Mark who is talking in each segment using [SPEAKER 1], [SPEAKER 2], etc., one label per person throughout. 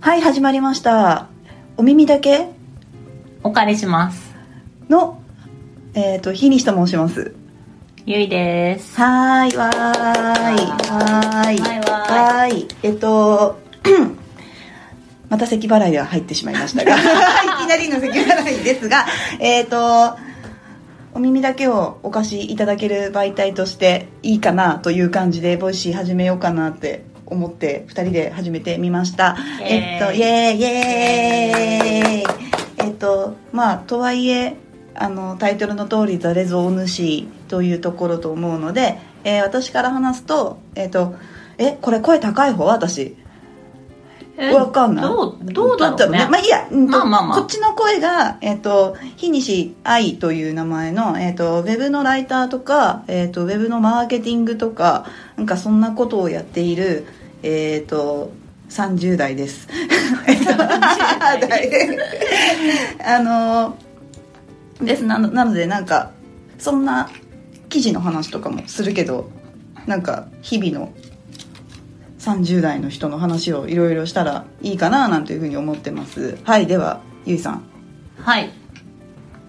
[SPEAKER 1] はい始まりましたお耳だけ
[SPEAKER 2] お借りします。
[SPEAKER 1] のえっ、と日西と申します
[SPEAKER 2] ゆいです。
[SPEAKER 1] はーいわーいはーい
[SPEAKER 2] はいわ
[SPEAKER 1] はーいえっと また咳払いが入ってしまいま したがいきなりの咳払いですがえっ、とお耳だけをお貸しいただける媒体としていいかなという感じでボイシー始めようかなって思って2人で始めてみました
[SPEAKER 2] イ
[SPEAKER 1] え
[SPEAKER 2] エーイ
[SPEAKER 1] っとイエーイイエーイえっとまあとはいえあのタイトルの通り「ザレゾお主」というところと思うので、えー私から話すとえっとえこれ声高い方私
[SPEAKER 2] え
[SPEAKER 1] わかんない
[SPEAKER 2] どう、どうだろうね。
[SPEAKER 1] まあいいや、うんと
[SPEAKER 2] まあまあまあ
[SPEAKER 1] こっちの声が、えっ、と、日西愛という名前の、えっ、と、ウェブのライターとか、えっ、と、ウェブのマーケティングとか、なんかそんなことをやっている、えっ、と、30代です。
[SPEAKER 2] 30代
[SPEAKER 1] あの、です。なのなので、なんか、そんな記事の話とかもするけど、なんか、日々の30代の人の話をいろいろしたらいいかななんていうふうに思ってますはいではゆいさん
[SPEAKER 2] はい。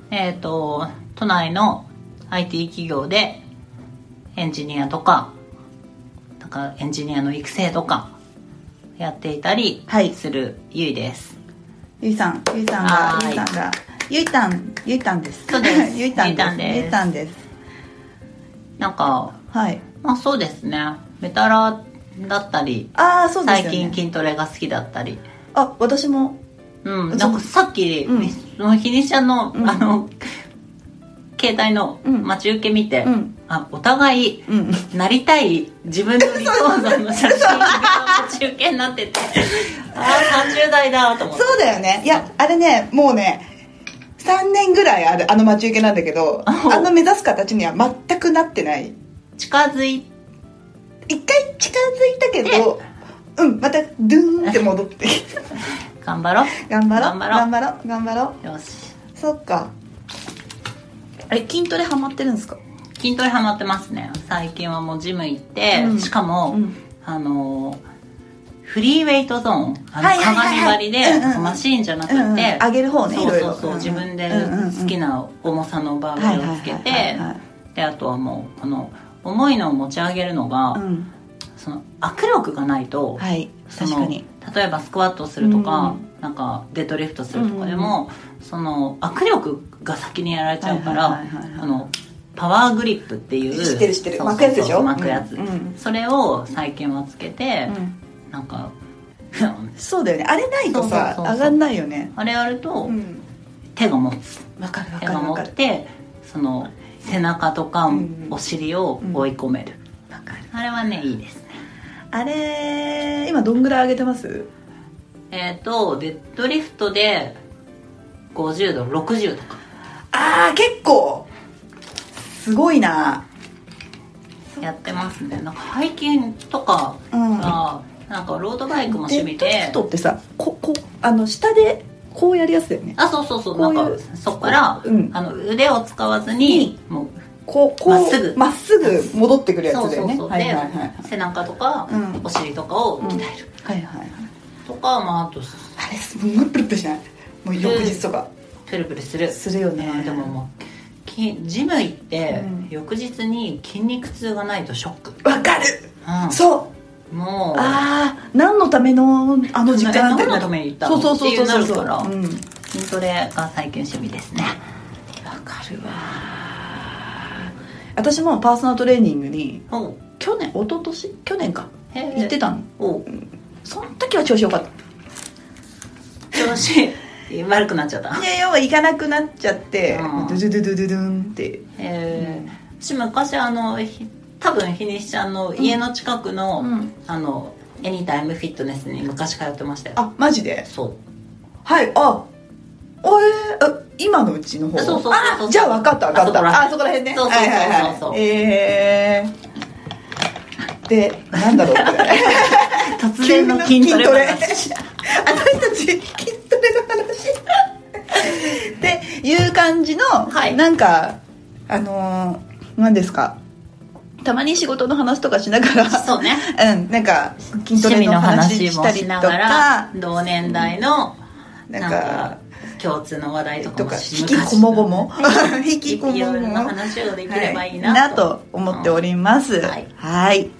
[SPEAKER 2] えっ、と、都内の IT 企業でエンジニアとか、なんかエンジニアの育成とかやっていたり
[SPEAKER 1] はい
[SPEAKER 2] するゆいです。
[SPEAKER 1] ゆいさんゆいさんが
[SPEAKER 2] は
[SPEAKER 1] ゆ
[SPEAKER 2] ーい
[SPEAKER 1] いさんがゆいたんゆいたんです
[SPEAKER 2] そうで す
[SPEAKER 1] ゆいたん
[SPEAKER 2] ゆいたん
[SPEAKER 1] です
[SPEAKER 2] です
[SPEAKER 1] ゆいたんです
[SPEAKER 2] なんか、
[SPEAKER 1] はい
[SPEAKER 2] まあそうですね。メタラだったり、
[SPEAKER 1] ああそうですよ、ね、
[SPEAKER 2] 最近筋トレが好きだったり。
[SPEAKER 1] あ私も
[SPEAKER 2] うん、なんかさっき、
[SPEAKER 1] うん
[SPEAKER 2] その日にしゃの、
[SPEAKER 1] うん
[SPEAKER 2] あの携帯の
[SPEAKER 1] うん
[SPEAKER 2] 待ち受け見て、
[SPEAKER 1] うん
[SPEAKER 2] あお互い
[SPEAKER 1] うん
[SPEAKER 2] なりたい自分の理想像の写真が待ち受けになっててああ30代だと思って
[SPEAKER 1] そうだよねいやあれねもうね3年ぐらいあるあの待ち受けなんだけど
[SPEAKER 2] あほう
[SPEAKER 1] あの目指す形には全くなってない
[SPEAKER 2] 近づい
[SPEAKER 1] 一回近づいたけどうんまたドゥーンって戻っ てきて
[SPEAKER 2] 頑張ろ
[SPEAKER 1] 頑張ろ
[SPEAKER 2] 頑張ろう
[SPEAKER 1] 頑張ろう頑張ろう
[SPEAKER 2] うよし
[SPEAKER 1] そっかあれ筋トレハマってるんですか
[SPEAKER 2] 筋トレハマってますね最近はもうジム行って、
[SPEAKER 1] うん
[SPEAKER 2] しかも、
[SPEAKER 1] うん
[SPEAKER 2] あのフリーウェイトゾーンあの
[SPEAKER 1] はいはいはい
[SPEAKER 2] 鏡
[SPEAKER 1] はい
[SPEAKER 2] 張りで、
[SPEAKER 1] うんうんうん
[SPEAKER 2] マシーンじゃなくて、
[SPEAKER 1] うんうん上げる方ね
[SPEAKER 2] そう
[SPEAKER 1] いろ
[SPEAKER 2] そ
[SPEAKER 1] いうろ
[SPEAKER 2] そ
[SPEAKER 1] う
[SPEAKER 2] う、
[SPEAKER 1] んうん
[SPEAKER 2] 自分で
[SPEAKER 1] うんうんうん
[SPEAKER 2] 好きな重さのバーベルをつけて
[SPEAKER 1] はいはいはいはいは
[SPEAKER 2] であとはもうこの重いのを持ち上げるのが、
[SPEAKER 1] うん
[SPEAKER 2] その握力がないと、
[SPEAKER 1] はい
[SPEAKER 2] そ
[SPEAKER 1] 確
[SPEAKER 2] の
[SPEAKER 1] かに
[SPEAKER 2] 例えばスクワットするとか、
[SPEAKER 1] う
[SPEAKER 2] なんかデッドリフトするとかでも、その握力が先にやられちゃうから、
[SPEAKER 1] はいはいはいはいはい
[SPEAKER 2] あのパワーグリップっていう
[SPEAKER 1] 知ってる知ってる
[SPEAKER 2] そう
[SPEAKER 1] 巻くやつでしょ
[SPEAKER 2] そう巻くやつ、
[SPEAKER 1] うんうん
[SPEAKER 2] それを最近はつけて、なんか
[SPEAKER 1] そうだよねあれないとさ
[SPEAKER 2] そうそうそうそう
[SPEAKER 1] 上がんないよね
[SPEAKER 2] あれやると
[SPEAKER 1] うん
[SPEAKER 2] 手が持つ、
[SPEAKER 1] わかるわ
[SPEAKER 2] 手
[SPEAKER 1] かる
[SPEAKER 2] が
[SPEAKER 1] わ
[SPEAKER 2] 持
[SPEAKER 1] か
[SPEAKER 2] っ
[SPEAKER 1] る
[SPEAKER 2] てその背中とか
[SPEAKER 1] うん
[SPEAKER 2] お尻を追い込める、
[SPEAKER 1] わかる
[SPEAKER 2] あれはねいいですね
[SPEAKER 1] あれ今どんぐらい上げてます
[SPEAKER 2] えっ、とデッドリフトで50度60とか
[SPEAKER 1] あー結構すごいな
[SPEAKER 2] やってますねなんか背筋とか
[SPEAKER 1] うん
[SPEAKER 2] が、なんかロードバイクも趣
[SPEAKER 1] デッ
[SPEAKER 2] 味で
[SPEAKER 1] ドリフトってさここあの下でこうやるやつだよね
[SPEAKER 2] あそうそうそう
[SPEAKER 1] こういう
[SPEAKER 2] なんかそこから、
[SPEAKER 1] うん
[SPEAKER 2] あの腕を使わずに、もう
[SPEAKER 1] こうこう
[SPEAKER 2] まっすぐ
[SPEAKER 1] まっすぐ戻ってくるや
[SPEAKER 2] そう
[SPEAKER 1] つだよ
[SPEAKER 2] そう
[SPEAKER 1] ね
[SPEAKER 2] そう、
[SPEAKER 1] はい
[SPEAKER 2] で、
[SPEAKER 1] はいはい
[SPEAKER 2] 背中とか、
[SPEAKER 1] うん
[SPEAKER 2] お尻とかを
[SPEAKER 1] うん
[SPEAKER 2] 鍛える、
[SPEAKER 1] はいはいはい
[SPEAKER 2] とかまああと
[SPEAKER 1] あれすんごいプルプルしないもう翌日とか
[SPEAKER 2] プルプルする
[SPEAKER 1] するよね
[SPEAKER 2] あーでももうきジム行って、
[SPEAKER 1] うん
[SPEAKER 2] 翌日に筋肉痛がないとショック、
[SPEAKER 1] わかる
[SPEAKER 2] うん
[SPEAKER 1] そう
[SPEAKER 2] もう
[SPEAKER 1] ああ何のためのあの時間って
[SPEAKER 2] 何のために行った
[SPEAKER 1] そ
[SPEAKER 2] の
[SPEAKER 1] うそうそうそうそう
[SPEAKER 2] っていうなるから
[SPEAKER 1] うん、わ
[SPEAKER 2] 筋トレが最近趣味ですね
[SPEAKER 1] かるわ私もパーソナルトレーニングに
[SPEAKER 2] おう
[SPEAKER 1] 去年一昨年去年か
[SPEAKER 2] へー
[SPEAKER 1] 行ってたの
[SPEAKER 2] おう
[SPEAKER 1] その時は調子よかった
[SPEAKER 2] 調子悪くなっちゃった
[SPEAKER 1] いや要は行かなくなっちゃって
[SPEAKER 2] うん
[SPEAKER 1] ドゥドゥドゥドゥドゥドゥンって
[SPEAKER 2] えー、私昔あのひ多分ひにしちゃんの家の近くの、
[SPEAKER 1] うん
[SPEAKER 2] あのエニタイムフィットネスに昔通ってましたよ
[SPEAKER 1] あマジで
[SPEAKER 2] そう
[SPEAKER 1] はいあおえーあ今のうちの方
[SPEAKER 2] そうそうそうそう
[SPEAKER 1] あじゃあ分かった分かったあ
[SPEAKER 2] あ
[SPEAKER 1] そこ
[SPEAKER 2] そこ
[SPEAKER 1] ら
[SPEAKER 2] ら
[SPEAKER 1] 辺
[SPEAKER 2] 辺
[SPEAKER 1] ね
[SPEAKER 2] そうそうそうそう
[SPEAKER 1] はいはいはいえー、でなんだろうこれ
[SPEAKER 2] 突然の筋トレ話
[SPEAKER 1] 筋トレ私たち筋トレの話っていう感じの、
[SPEAKER 2] はい
[SPEAKER 1] なんかあのー、何ですかたまに仕事の話とかしながら
[SPEAKER 2] そうね
[SPEAKER 1] うんなんか筋トレ
[SPEAKER 2] 趣味
[SPEAKER 1] の
[SPEAKER 2] の
[SPEAKER 1] 話
[SPEAKER 2] 話
[SPEAKER 1] し
[SPEAKER 2] も
[SPEAKER 1] たり
[SPEAKER 2] し
[SPEAKER 1] と
[SPEAKER 2] な
[SPEAKER 1] か
[SPEAKER 2] がら同年代の
[SPEAKER 1] な
[SPEAKER 2] なんん
[SPEAKER 1] か
[SPEAKER 2] か共通の話題とか
[SPEAKER 1] と
[SPEAKER 2] も
[SPEAKER 1] か
[SPEAKER 2] し
[SPEAKER 1] 引きこもごも 引
[SPEAKER 2] 引
[SPEAKER 1] き
[SPEAKER 2] き
[SPEAKER 1] こ
[SPEAKER 2] こ
[SPEAKER 1] も
[SPEAKER 2] も
[SPEAKER 1] ご
[SPEAKER 2] ごも
[SPEAKER 1] も
[SPEAKER 2] の話をできればいい
[SPEAKER 1] は
[SPEAKER 2] なと,、
[SPEAKER 1] と思っております、
[SPEAKER 2] はい
[SPEAKER 1] はい